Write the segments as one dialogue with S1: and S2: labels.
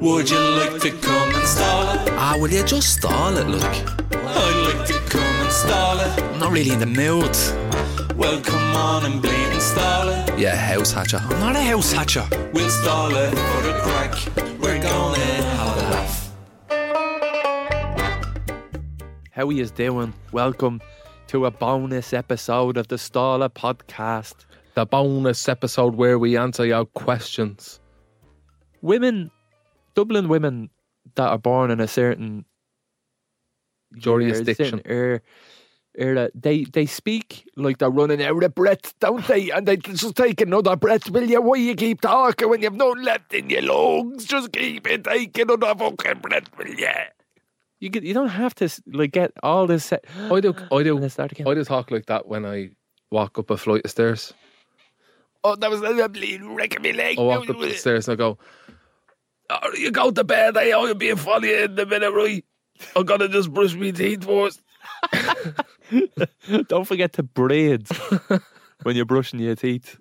S1: Would you like to come and stall it?
S2: Ah, will you just stall it, look?
S1: I'd like to come and stall it.
S2: I'm not really in the mood.
S1: Well, come on and bleed and stall it.
S2: Yeah, house hatcher. I'm not a house hatcher.
S1: We'll stall it for the crack. We're gonna have a laugh.
S3: How he is doing? Welcome to a bonus episode of the Staller podcast.
S4: the bonus episode where we answer your questions.
S3: Women, Dublin women that are born in a certain
S4: Jurisdiction.
S3: Er, they they speak like they're running out of breath, don't they? And they just take another breath. Will you? Why you keep talking when you've no left in your lungs? Just keep it taking another fucking breath, will you? You get, you don't have to s- like get all this. Set.
S4: I do, I do,
S3: Let's start again.
S4: I do talk like that when I walk up a flight of stairs.
S3: Oh, that was a bleed wrecking my leg.
S4: I walk up the stairs and I go, oh, "You go to bed, eh? I'll be funny in the minute, right? I'm gonna just brush my teeth first.
S3: Don't forget to breathe when you're brushing your teeth.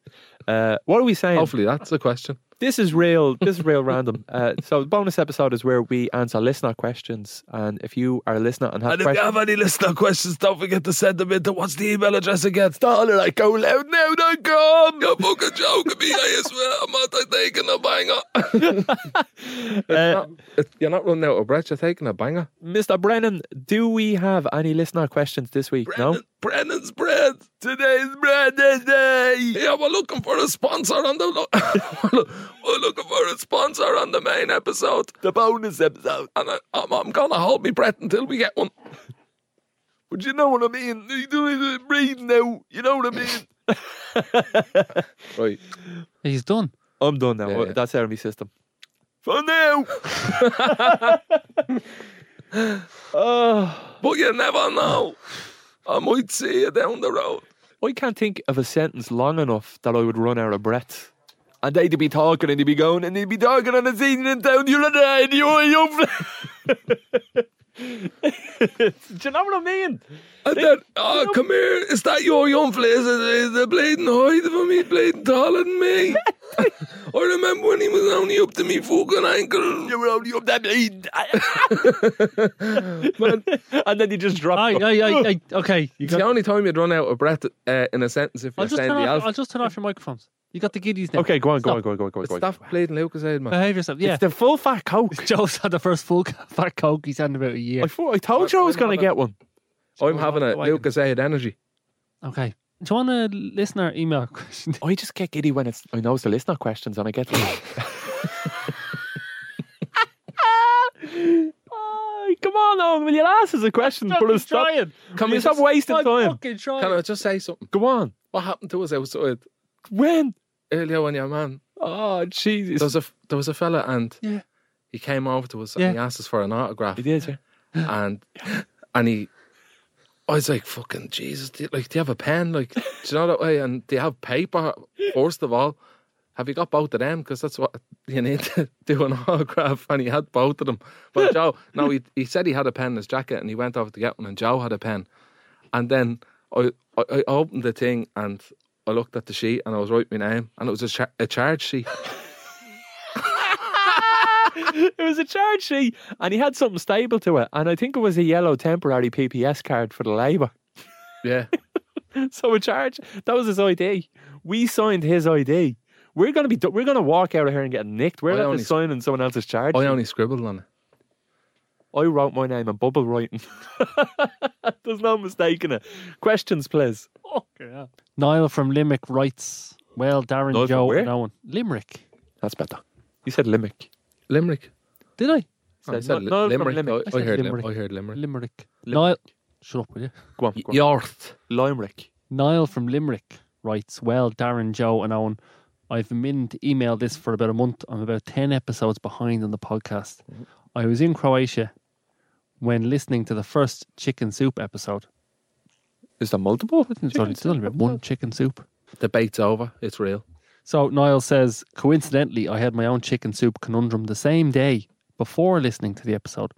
S3: Uh, what are we saying?
S4: Hopefully, that's the question.
S3: This is real. This is real random. Uh, so, the bonus episode is where we answer listener questions. And if you are a listener and have questions,
S4: any listener questions, don't forget to send them in to what's the email address again? Starler at goaloudnow.com. You're fucking joking me, eh, I swear. I'm not taking a banger.
S3: uh,
S4: It- You're not running out of breath, you're taking a banger.
S3: Mr. Brennan, do we have any listener questions this week? No.
S4: Brennan's bread. Today's Brennan's day. Yeah, we're looking for a sponsor on the. we're looking for a sponsor on the main episode,
S3: The bonus episode.
S4: and I, I'm, I'm gonna hold me breath until we get one.
S3: But you know what I mean. You do breathe now. You know what I mean.
S4: Right.
S5: He's done.
S3: I'm done now.
S4: Yeah, yeah.
S3: That's out of my system. For now. oh,
S4: But you never know. I might see you down the road.
S3: I can't think of a sentence long enough that I would run out of breath. And they'd be talking and they'd be going and they'd be talking on a scene in town. You're a dad. You're a young. Do you know what I mean?
S4: And then, oh, come here. Is that your young place? Is, is the bleeding height for me, bleeding taller than me? I remember when he was only up to me fucking ankle.
S3: You were only up that bleed. and then you just drop.
S5: Aye,
S3: it.
S5: aye, aye, aye. Okay. You
S4: It's the
S5: got,
S4: only time you'd run out of breath uh, in a sentence if
S5: I'll,
S4: you're
S5: just
S4: saying
S5: turn
S4: the
S5: off, I'll
S4: alpha.
S5: just turn off your microphones. You got the giddies now.
S3: Okay, go on, go
S5: Stop.
S3: on, go on, go on, go on. Go on.
S4: Stop bleeding Lucasade, man.
S5: Behave yourself. Yeah.
S3: It's the full fat coke.
S5: Joe's had the first full fat coke he's had in about a year.
S3: I thought I told you I was
S4: Wait a
S3: going to
S4: minute.
S3: get one.
S4: I'm having a Lucasade energy.
S5: Okay. Do you want a listener email question?
S3: I just get giddy when it's I know it's the listener questions and I get like Ay, Come on, Owen, will you answer the questions? But
S5: Fucking
S3: it's stop,
S5: trying.
S3: can we stop wasting
S5: I'm
S3: time?
S5: fucking trying.
S4: Can I just say something?
S3: Go on.
S4: What happened to us outside
S3: When?
S4: earlier when your man?
S3: Oh,
S4: There
S3: Jesus.
S4: was a there was a fella and
S5: Yeah.
S4: he came over to us
S5: Yeah.
S4: and he asked us for an autograph
S3: It is, yeah.
S4: and and he. I was like, fucking Jesus, do you, like, do you have a pen? Like, do you know that way? And do you have paper, first of all? Have you got both of them? Because that's what you need to do an autograph. And he had both of them. But Joe, no, he, he said he had a pen in his jacket and he went over to get one and Joe had a pen. And then I, I, I opened the thing and I looked at the sheet and I was writing my name and it was a, cha- a charge sheet.
S3: it was a charge sheet and he had something stable to it. And I think it was a yellow temporary PPS card for the Labour.
S4: Yeah.
S3: So a charge that was his ID. We signed his ID. We're gonna be do- we're gonna walk out of here and get nicked. We're
S4: I
S3: not
S4: only-
S3: just signing someone else's charge.
S4: I only scribbled on it.
S3: I wrote my name in bubble writing. There's no mistaking it. Questions, please.
S5: Niall from Limerick writes, well, Darren,
S3: Niall from
S5: Joe,
S3: where?
S5: and Owen. Limerick.
S3: That's better. You said Limerick.
S4: Limerick.
S5: Did I?
S4: I
S3: Said-
S4: said
S3: no, no, from
S4: Limerick.
S3: Limerick.
S5: I
S4: I, I,
S5: said
S4: heard Lim-
S5: Limerick.
S4: I heard Limerick.
S5: Limerick. Niall.
S3: Limerick.
S5: Shut up, will you?
S3: Go on. Go on.
S4: Yorth.
S3: Limerick.
S5: Niall from Limerick writes, Well, Darren, Joe, and Owen, I've been meaning to email this for about a month. I'm about 10 episodes behind on the podcast. I was in Croatia when listening to the first chicken soup episode.
S3: Is there multiple?
S5: It's only, it's only about one chicken soup.
S4: Debate's over. It's real.
S5: So Niall says, coincidentally, I had my own chicken soup conundrum the same day before listening to the episode.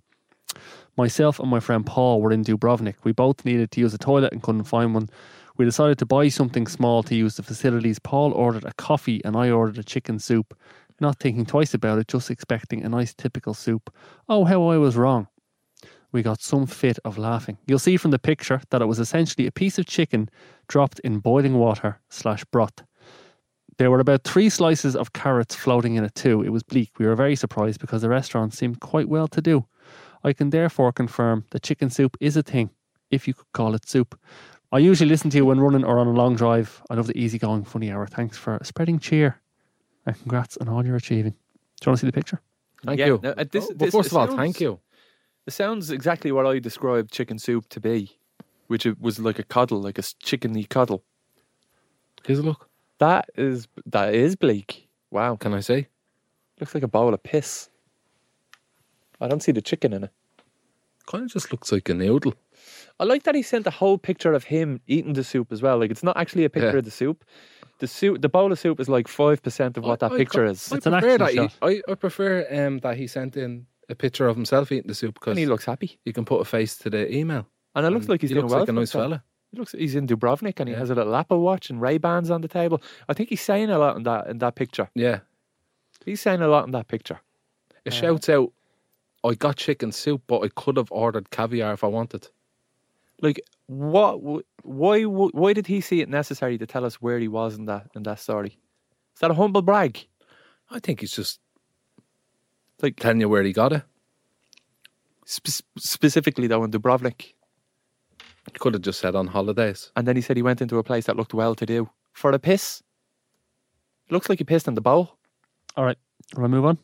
S5: Myself and my friend Paul were in Dubrovnik. We both needed to use a toilet and couldn't find one. We decided to buy something small to use the facilities. Paul ordered a coffee and I ordered a chicken soup. Not thinking twice about it, just expecting a nice typical soup. Oh, how I was wrong. We got some fit of laughing. You'll see from the picture that it was essentially a piece of chicken dropped in boiling water slash broth. There were about three slices of carrots floating in it too. It was bleak. We were very surprised because the restaurant seemed quite well to do. I can therefore confirm that chicken soup is a thing, if you could call it soup. I usually listen to you when running or on a long drive. I love the easygoing, funny hour. Thanks for spreading cheer and congrats on all you're achieving. Do you want to see the picture?
S4: Thank
S3: Yeah,
S4: you.
S3: no, uh, this-
S4: Oh, but
S3: this-
S4: first
S3: it
S4: of all,
S3: sounds-
S4: thank you.
S3: It sounds exactly what I described chicken soup to be, which it was like a coddle, like a s- chickeny coddle.
S4: Here's a look.
S3: That is that is bleak. Wow,
S4: Can I say?
S3: looks like a bowl of piss. I don't see the chicken in it.
S4: Kind of just looks like a noodle.
S3: I like that he sent a whole picture of him eating the soup as well. Like it's not actually a picture
S4: Yeah.
S3: of the soup. The soup, the bowl of soup is like five percent of what
S4: I-
S3: that
S4: I
S3: picture
S4: ca-
S3: is,
S4: I
S5: It's an
S4: prefer
S5: action
S4: that he-
S5: shot.
S4: I, I prefer um, that he sent in a picture of himself eating the soup because
S3: and he looks happy.
S4: you can put a face to the email.
S3: And it looks
S4: And
S3: like he's
S4: he
S3: doing
S4: looks
S3: well.
S4: like
S3: for
S4: a nice
S3: himself.
S4: fella.
S3: He looks he's in Dubrovnik and he has a little Apple Watch and Ray Bans on the table. I think he's saying a lot in that in that picture.
S4: Yeah.
S3: He's saying a lot in that picture.
S4: It shouts out, I got chicken soup, but I could have ordered caviar if I wanted.
S3: Like what? w- Why? w- Why did he see it necessary to tell us where he was in that in that story? Is that a humble brag?
S4: I think he's just
S3: Like-
S4: telling you where he got it.
S3: Spe- specifically though in Dubrovnik.
S4: He could have just said on holidays.
S3: and then he said he went into a place that looked well to do for a piss. Looks like he pissed in the bowl.
S5: All right, want to move on?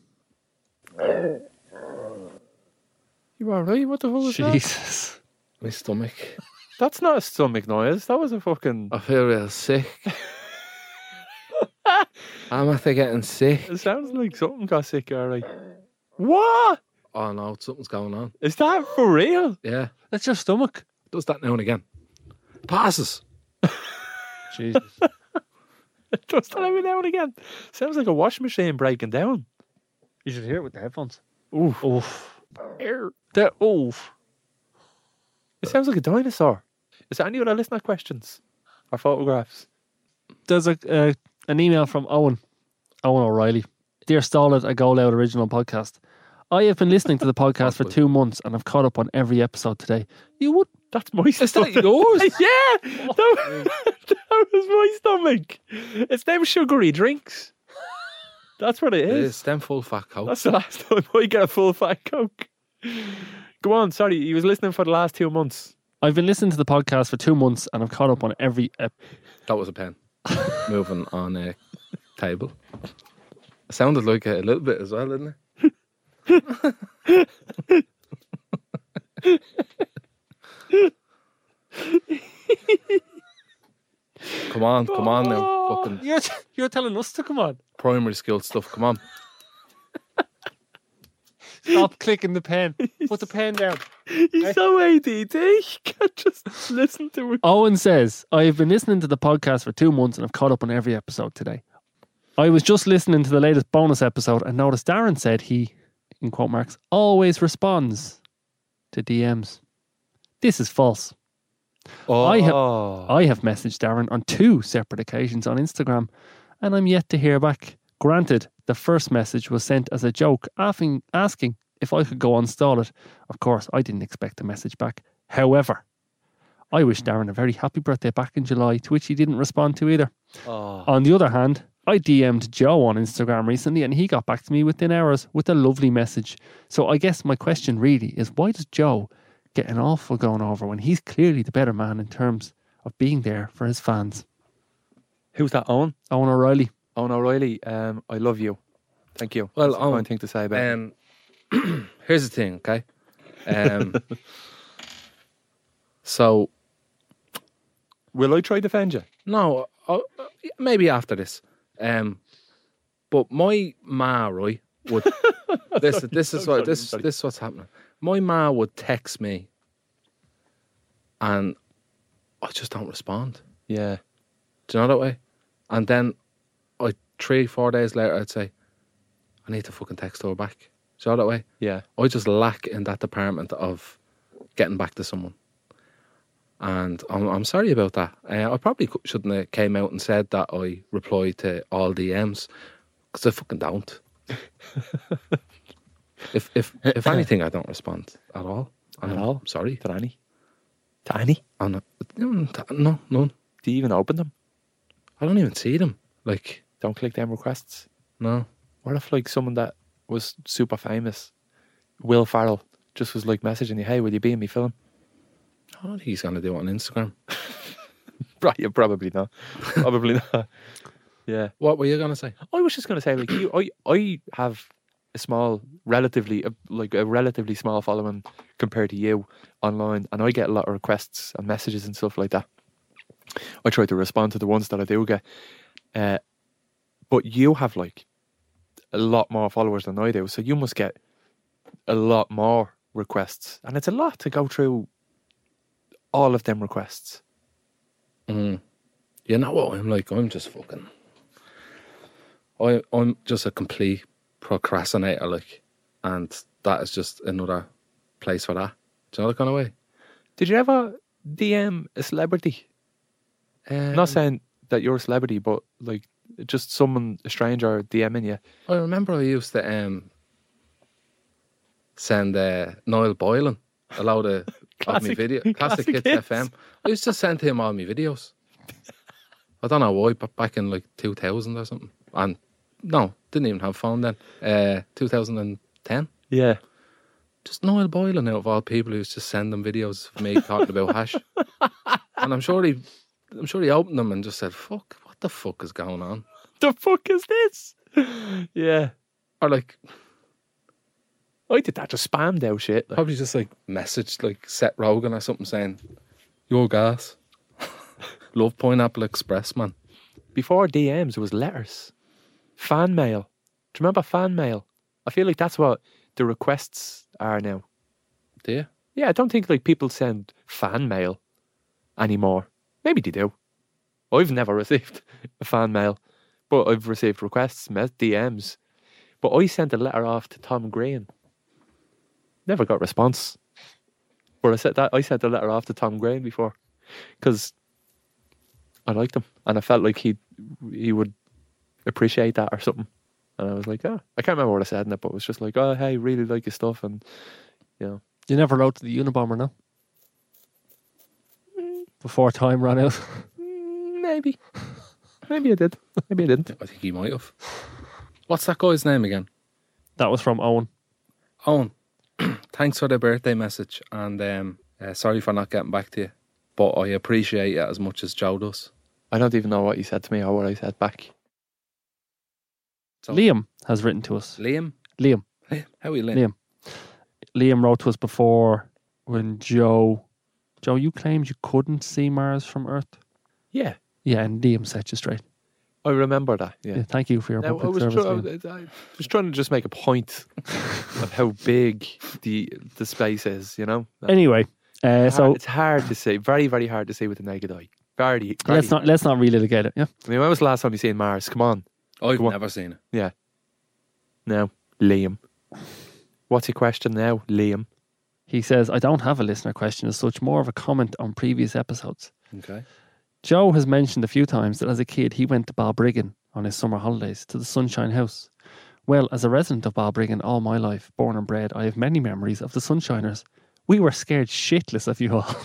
S3: You all right? What the fuck was that?
S5: Jesus.
S4: My stomach.
S3: That's not a stomach noise. That was a fucking.
S4: I feel real sick. I'm after getting sick.
S3: It sounds like something got sick. All right. What
S4: Oh no, something's going on.
S3: is that for real?
S4: Yeah.
S5: That's your stomach.
S4: Does that now and again. Passes.
S5: Jesus.
S3: Does that every now and again? Sounds like a washing machine breaking down.
S5: you should hear it with the headphones.
S3: Oof.
S5: Oof.
S3: It
S5: They're oof.
S3: sounds like a dinosaur. Is there any other listener questions or photographs?
S5: there's a uh, an email from Owen, Owen O'Reilly. Dear Stolid, a Go Loud original podcast. I have been listening to the podcast for two months and I've caught up on every episode today. You would
S3: That's my
S4: Is
S3: stuff.
S4: that yours?
S3: yeah, that was, that was my stomach. It's them sugary drinks. That's what it
S4: It
S3: is.
S4: is. Them full fat coat.
S3: That's the last time I get a full fat coke. Go on, sorry, he was listening for the last two months.
S5: I've been listening to the podcast for two months and I've caught up on every ep-
S4: That was a pen. Moving on a table. It sounded like it a little bit as well, didn't it? come on, come on now.
S3: Oh.
S4: Fucking
S5: You're, t- you're telling us to come on.
S4: primary school stuff. Come on.
S5: Stop clicking the pen. Put the pen down. Eh?
S3: He's so ADD, he can't just listen to it.
S5: Owen says, I have been listening to the podcast for two months and I've caught up on every episode today. I was just listening to the latest bonus episode and noticed Darren said he, in quote marks, always responds to DMs. This is false.
S3: Oh,
S5: I ha- I have messaged Darren on two separate occasions on Instagram and I'm yet to hear back. Granted, the first message was sent as a joke, affing- asking if I could go on stall it. Of course, I didn't expect a message back. However, I wish Darren a very happy birthday back in July, to which he didn't respond to either. On the other hand, I DM'd Joe on Instagram recently and he got back to me within hours with a lovely message. So I guess my question really is why does Joe get an awful going over when he's clearly the better man in terms of being there for his fans?
S3: Who's that, Owen?
S5: Owen O'Reilly.
S3: Owen O'Reilly, um, I love you. Thank you.
S4: Well,
S3: That's the
S4: Owen,
S3: kind thing to say about it.
S4: Um, here's the thing, okay? Um, so,
S3: Will I try to defend you?
S4: no, I, I- maybe after this. Um, but my ma, right, would this this is
S3: sorry,
S4: what this
S3: sorry.
S4: this is what's happening. My ma would text me, and I just don't respond.
S3: Yeah.
S4: Do you know that way? And then, I three four days later, I'd say, I need to fucking text her back. Do you know that way?
S3: Yeah.
S4: I just lack in that department of getting back to someone. And I'm, I'm sorry about that. Uh, I probably cou- shouldn't have came out and said that I reply to all DMs because I fucking don't. If if if anything, I don't respond at all. I'm
S3: At all?
S4: Sorry.
S3: To Annie. To Annie?
S4: I'm not, mm, no, none.
S3: Do you even open them?
S4: I don't even see them. Like
S3: Don't click them requests.
S4: no.
S3: What if like someone that was super famous, Will Farrell, just was like messaging you, "Hey, will you be in my film?"
S4: I don't think he's gonna do it on Instagram.
S3: Right, yeah, probably not. Probably not. Yeah,
S4: What were you gonna say?
S3: I was just gonna say like you, I, I have a small, relatively a, like a relatively small following compared to you online, and I get a lot of requests and messages and stuff like that. I try to respond to the ones that I do get, uh, but you have like a lot more followers than I do, so you must get a lot more requests, and it's a lot to go through all of them requests.
S4: Mm. You know what I'm like? I'm just fucking. I I'm just a complete procrastinator, like, and that is just another place for that. Do you know that kind of way?
S3: Did you ever DM a celebrity?
S4: Um,
S3: not saying that you're a celebrity, but like just someone a stranger DMing you.
S4: I remember I used to um, send uh, Niall Boylan a load of, of my
S3: Classic-
S4: video, classic,
S3: classic
S4: hits,
S3: hits.
S4: FM. I used to send him all my videos. I don't know why, but back in like 2000 or something, and no, didn't even have phone then. Uh, 2010.
S3: Yeah.
S4: Just Niall Boylan out of all people who's just sending videos of me talking about hash, and I'm sure he, I'm sure he opened them and just said, "Fuck, what the fuck is going on?"
S3: The fuck is this? yeah.
S4: Or like,
S3: I did that, just spammed out shit. Like,
S4: probably just like messaged like Seth Rogan or something saying, "Your gas, love Pineapple Express, man."
S3: before DMs, it was letters, fan mail. Do you remember fan mail? I feel like that's what the requests are now.
S4: Do you?
S3: Yeah, I don't think like people send fan mail anymore. Maybe they do. I've never received a fan mail, but I've received requests, mes- DMs. But I sent a letter off to Tom Green. Never got response. But I said that I sent a letter off to Tom Green before, because I liked him and I felt like he he would appreciate that or something. And I was like, oh, I can't remember what I said in it, but it was just like, oh, hey, really like your stuff, and
S5: You never wrote to the Unabomber, no? Before time ran out.
S3: Maybe. Maybe I did. Maybe I didn't.
S4: I think he might have. What's that guy's name again?
S5: That was from Owen.
S4: Owen. Thanks for the birthday message, and um, uh, sorry for not getting back to you, but I appreciate it as much as Joe does.
S3: I don't even know what you said to me or what I said back.
S4: So-
S5: Liam has written to us.
S4: Liam.
S5: Liam.
S4: How are you, Liam?
S5: Liam. Liam wrote to us before when Joe, Joe, you claimed you couldn't see Mars from Earth.
S3: Yeah,
S5: Yeah, and Liam set you straight.
S3: I remember that. Yeah.
S5: Yeah, thank you for your
S3: Now, I,
S5: public
S3: was
S5: service.
S3: try- I
S5: Liam.
S3: was- I was trying to just make a point of how big the the space is, you know?
S5: anyway, uh,
S3: It's hard-
S5: so
S3: Ah, it's hard to see. Very, very hard to see with the naked eye. Very, very.
S5: let's not let's not relitigate it. Yeah,
S3: I mean, when was the last time you seen Mars? Come on.
S4: I've
S3: Go on.
S4: never seen it.
S3: Now, Liam. What's your question now, Liam?
S5: he says I don't have a listener question as such, more of a comment on previous episodes.
S4: Okay.
S5: Joe has mentioned a few times that as a kid he went to Balbriggan on his summer holidays to the Sunshine House. Well, as a resident of Balbriggan all my life, born and bred, I have many memories of the Sunshiners. We were scared shitless of you all.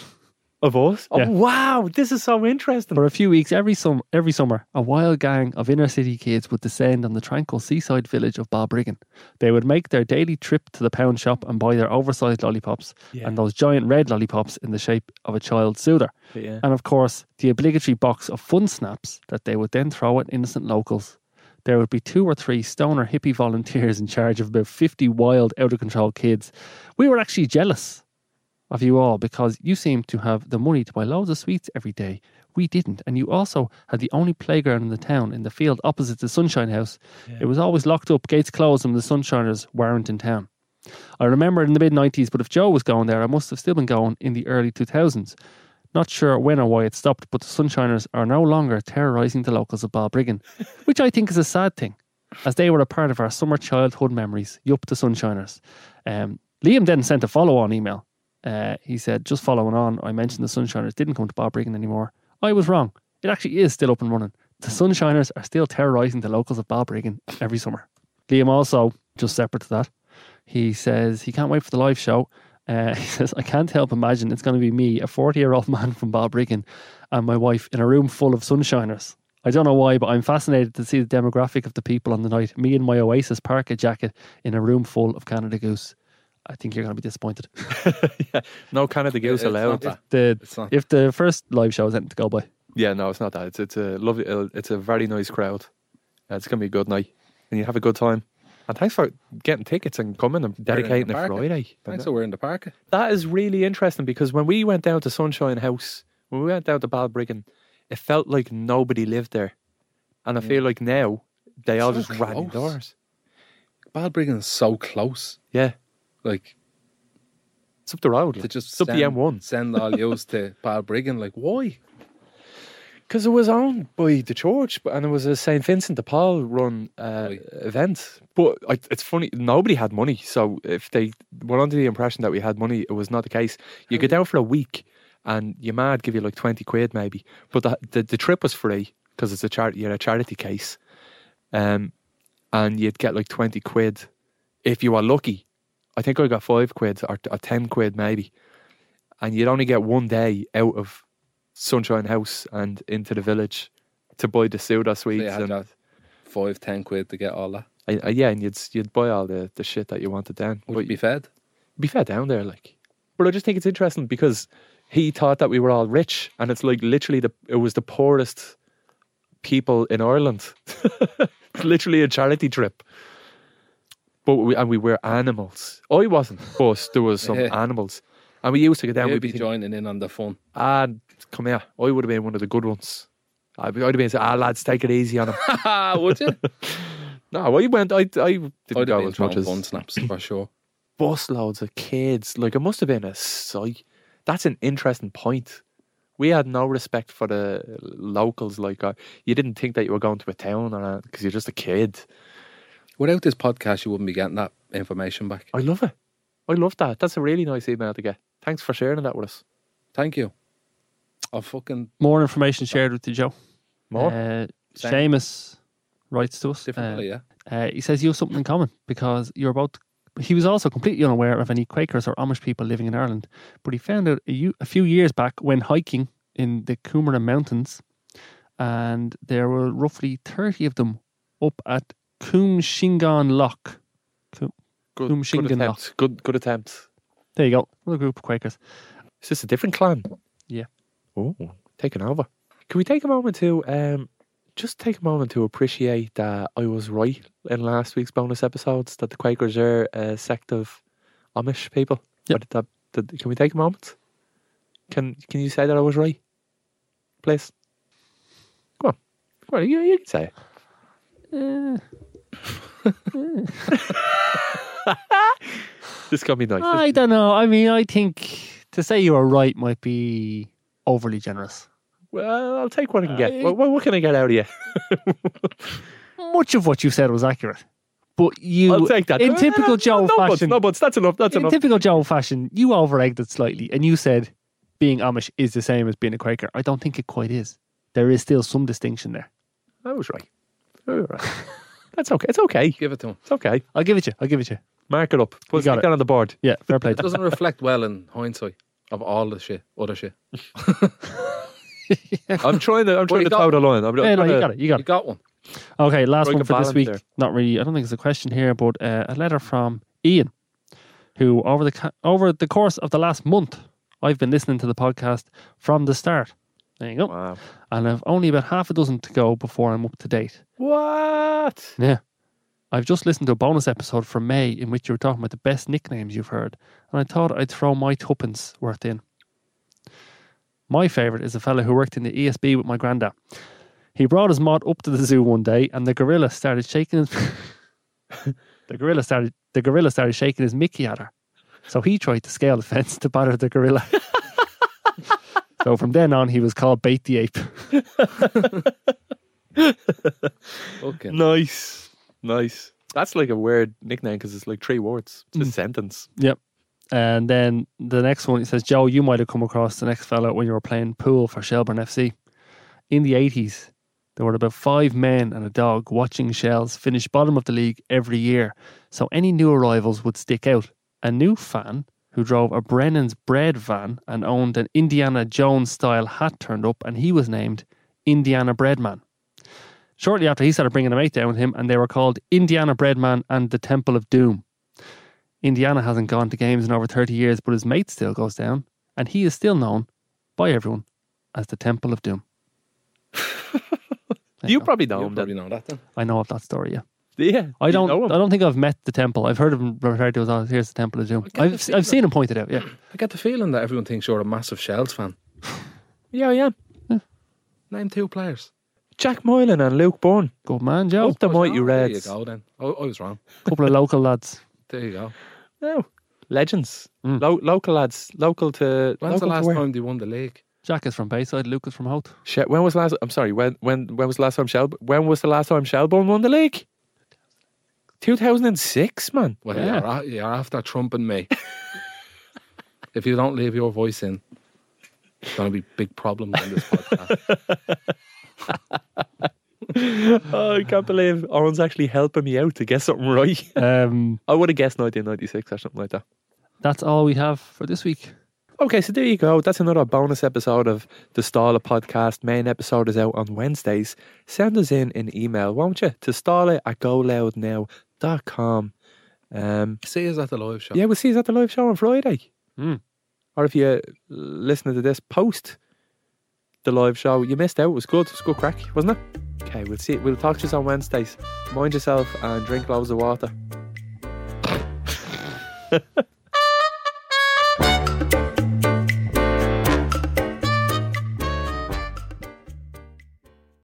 S3: Of us? Oh,
S5: Yeah.
S3: wow. This is so interesting.
S5: For a few weeks every sum- every summer, a wild gang of inner city kids would descend on the tranquil seaside village of Balbriggan. They would make their daily trip to the pound shop and buy their oversized lollipops
S3: Yeah.
S5: and those giant red lollipops in the shape of a child soother.
S3: Yeah.
S5: And of course, the obligatory box of fun snaps that they would then throw at innocent locals. There would be two or three stoner hippie volunteers in charge of about 50 wild, out of control kids. We were actually jealous of you all because you seemed to have the money to buy loads of sweets every day. We didn't. And you also had the only playground in the town in the field opposite the Sunshine House. It was always locked up, gates closed, and the Sunshiners weren't in town. I remember it in the mid 90s, but if Joe was going there, I must have still been going in the early 2000s. Not sure when or why it stopped, but the Sunshiners are no longer terrorising the locals of Balbriggan, which I think is a sad thing, as they were a part of our summer childhood memories. Yup, the Sunshiners. Um, Liam then sent a follow on email. Uh, he said, Just following on, I mentioned the Sunshiners didn't come to Balbriggan anymore. I was wrong. It actually is still up and running. The Sunshiners are still terrorising the locals of Balbriggan every summer. Liam also, just separate to that, he says he can't wait for the live show. Uh, he says, I can't help imagine it's going to be me, a 40 year old man from Balbriggan, and my wife in a room full of sunshiners. I don't know why, but I'm fascinated to see the demographic of the people on the night. Me in my Oasis parka jacket in a room full of Canada Goose. I think you're going to be disappointed.
S3: No Canada Goose
S4: It's not
S3: allowed.
S4: that.
S5: The,
S4: It's not-
S5: if the first live show is anything to go by,
S3: Yeah, no, it's not that. It's it's a lovely. it'll- It's a very nice crowd. Uh, It's gonna be a good night, and you have a good time. And thanks for getting tickets and coming and
S4: Bringing it
S3: dedicating a
S4: back.
S3: Friday.
S4: Thanks for wearing the eh? parka.
S3: eh? That is really interesting because when we went down to Sunshine House, when we went down to Balbriggan, it felt like nobody lived there, and I feel like now they all
S4: so
S3: just ran
S4: close.
S3: indoors.
S4: Balbriggan is so close.
S3: Yeah,
S4: Like
S3: it's up the road.
S4: to
S3: like.
S4: just
S3: it's up
S4: send,
S3: the M1
S4: send all yours to Balbriggan. Like why?
S3: because it was owned by the church, but and it was a Saint Vincent de Paul run uh,
S4: Right.
S3: event. But I, it's funny, nobody had money, so if they were under the impression that we had money, it was not the case. You go down for a week, and your mad give you like twenty quid maybe, but the the, the trip was free because it's a charity. You're a charity case, um, and you'd get like twenty quid if you were lucky. I think I got five quid or, or ten quid maybe, and you'd only get one day out of Sunshine House and into the village to buy the soda
S4: They
S3: sweets
S4: had
S3: and
S4: that five ten quid to get all that.
S3: I, I- yeah, and you'd s- you'd buy all the, the shit that you wanted then.
S4: Would
S3: but
S4: you be fed?
S3: be fair down there, like. But I just think it's interesting because he thought that we were all rich, and it's like literally the it was the poorest people in Ireland. It's literally a charity trip. But we, and we were animals. I wasn't, but there was some
S4: Yeah.
S3: animals, and we used to go down.
S4: You'd
S3: We'd
S4: be
S3: be thinking,
S4: joining in on the fun.
S3: ah, come here. I would have been one of the good ones. I'd be- I'd have been saying, ah, lads, take it easy on him.
S4: Ah, would you?
S3: no, I went. I I didn't
S4: I'd
S3: go
S4: have been
S3: as much
S4: throwing
S3: as
S4: fun snaps for sure.
S3: busloads of kids. Like it must have been a sight. That's an interesting point. We had no respect for the locals. Like uh, you didn't think that you were going to a town or because you're just a kid.
S4: Without this podcast, you wouldn't be getting that information back.
S3: I love it. I love that. That's a really nice email to get. Thanks for sharing that with us.
S4: Thank you. I'll fucking
S5: more information shared with you, Joe.
S3: More.
S5: Uh,
S4: Same.
S5: Seamus writes to us.
S4: different
S5: uh,
S4: fella, yeah.
S5: Uh, he says you have something in common because you're both. He was also completely unaware of any Quakers or Amish people living in Ireland, but he found out a, u- a few years back when hiking in the Coomerna Mountains, and there were roughly thirty of them up at Coom Shingon Loch.
S3: Good,
S5: Whom
S3: good
S5: Shingan
S3: attempt. Good, good attempt.
S5: There you go, another group of Quakers.
S3: Is this a different clan?
S5: Yeah.
S3: Oh, taking over. Can we take a moment to um, just take a moment to appreciate that I was right in last week's bonus episodes that the Quakers are a sect of Amish people?
S5: Yep.
S3: Or did that- did- can we take a moment? Can Can you say that I was right, please? Go on. Go on. You, you can say it.
S5: Eh,
S3: This can be nice.
S5: I don't know. I mean, I think to say you are right might be overly generous.
S3: well, I'll take what I can get.
S5: I-
S3: what, what, what can I get out of you?
S5: Much of what you said was accurate, but you
S3: I'll take that.
S5: in
S3: No, no,
S5: typical
S3: no,
S5: Joe
S3: no, buts,
S5: fashion.
S3: no buts. That's enough. That's
S5: in
S3: enough.
S5: typical Joe fashion, you over egged it slightly and you said being Amish is the same as being a Quaker. I don't think it quite is. There is still some distinction there.
S3: I was right. I was Oh, right. That's okay. It's okay.
S4: Give it to him.
S3: It's okay.
S5: I'll give it you. I'll give it you.
S3: Mark it up. Put
S5: got
S3: it
S5: it.
S3: down on the board.
S5: Yeah, fair play.
S4: It doesn't reflect well in hindsight of all the shit, other shit.
S3: I'm trying to. I'm trying
S4: you
S3: to
S4: got-
S3: toe the line. I'm,
S5: Yeah,
S3: I'm
S5: no, you
S3: gonna-
S5: got it. You got
S4: You
S5: it.
S4: got one.
S5: Okay, last
S3: Strike
S5: one
S3: a
S5: for this
S3: balance
S5: week.
S3: there.
S5: Not really. I don't think it's a question here, but uh, a letter from Ian, who over the ca- over the course of the last month, I've been listening to the podcast from the start. There you go.
S3: Wow.
S5: And I've only about half a dozen to go before I'm up to date.
S3: What?
S5: Yeah. I've just listened to a bonus episode from May in which you were talking about the best nicknames you've heard, and I thought I'd throw my tuppence worth in. My favourite is a fella who worked in the ESB with my granddad. He brought his mod up to the zoo one day, and the gorilla started shaking his the gorilla started the gorilla started shaking his Mickey at her. So he tried to scale the fence to batter the gorilla. so from then on, he was called Bait the Ape.
S4: Fucking.
S3: Nice. Nice. That's like a weird nickname because it's like three words. It's
S5: Mm.
S3: a sentence.
S5: And then the next one, it says, Joe, you might have come across the next fella when you were playing pool for Shelburne FC. In the 80s, There were about five men and a dog watching Shells finish bottom of the league every year, so any new arrivals would stick out. A new fan who drove a Brennan's Bread van and owned an Indiana Jones style hat turned up, and he was named Indiana Breadman. Shortly after, he started bringing a mate down with him, and they were called Indiana Breadman and the Temple of Doom. Indiana hasn't gone to games in over 30 years, but his mate still goes down, and he is still known by everyone as the Temple of Doom. There
S3: You
S5: go.
S3: probably know
S4: You
S3: him then.
S4: probably know that then.
S5: I know of that story, yeah.
S3: Yeah.
S5: I
S3: you
S5: don't.
S3: know him.
S5: I don't think I've met the temple. I've heard of him referred to as oh, here's the temple of doom.
S4: get the
S5: I've
S4: feeling
S5: I've seen him pointed out. Yeah,
S4: I get the feeling that everyone thinks you're a massive Shells fan.
S3: Yeah, yeah.
S4: Name two players.
S3: Jack Moylan and Luke Bourne.
S5: good man, Joe.
S3: Up the mighty
S4: There you
S3: Reds.
S4: go then. I, I was wrong.
S5: couple of local lads.
S4: There you go.
S3: No. Legends.
S5: Mm.
S3: Lo- local lads. Local to.
S4: When's
S3: local
S4: the last
S3: to where?
S4: time they won the league?
S5: Jack is from Bayside. Luke is from Hoth.
S3: She- when was last? I'm sorry. When when when was the last time Shell? When was the last time Shelbourne won the league? 2006, man.
S4: Well,
S5: Yeah.
S4: you're, a- you're after Trump and me. if you don't leave your voice in, there's going to be big problems in this podcast.
S3: Oh, I can't believe Owen's actually helping me out to get something right.
S5: Um,
S3: I would have guessed 1996 or something like that.
S5: that's all we have for this week.
S3: Okay, so there you go. That's another bonus episode of the Stala podcast. Main episode is out on Wednesdays. Send us in an email, won't you? To stala at goloudnow.com. Um,
S4: See us at the live show.
S3: yeah, we'll see you at the live show on Friday.
S5: Hmm.
S3: Or if you're listening to this post the live show, you missed out. It was good. It was good crack, wasn't it? Okay, we'll see. We'll talk to you on Wednesdays. Mind yourself and drink loads of water.